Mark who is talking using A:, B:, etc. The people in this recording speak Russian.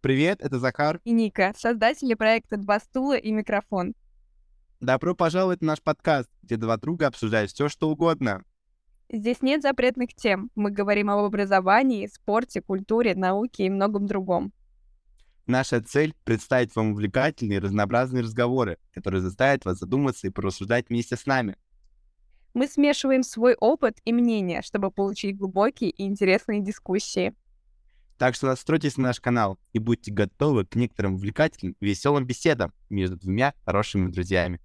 A: Привет, это Захар.
B: и Ника, создатели проекта «Два стула и микрофон».
A: Добро пожаловать на наш подкаст, где два друга обсуждают все, что угодно.
B: Здесь нет запретных тем. Мы говорим об образовании, спорте, культуре, науке и многом другом.
A: Наша цель — представить вам увлекательные и разнообразные разговоры, которые заставят вас задуматься и порассуждать вместе с нами.
B: Мы смешиваем свой опыт и мнение, чтобы получить глубокие и интересные дискуссии.
A: Так что настройтесь на наш канал и будьте готовы к некоторым увлекательным и веселым беседам между двумя хорошими друзьями.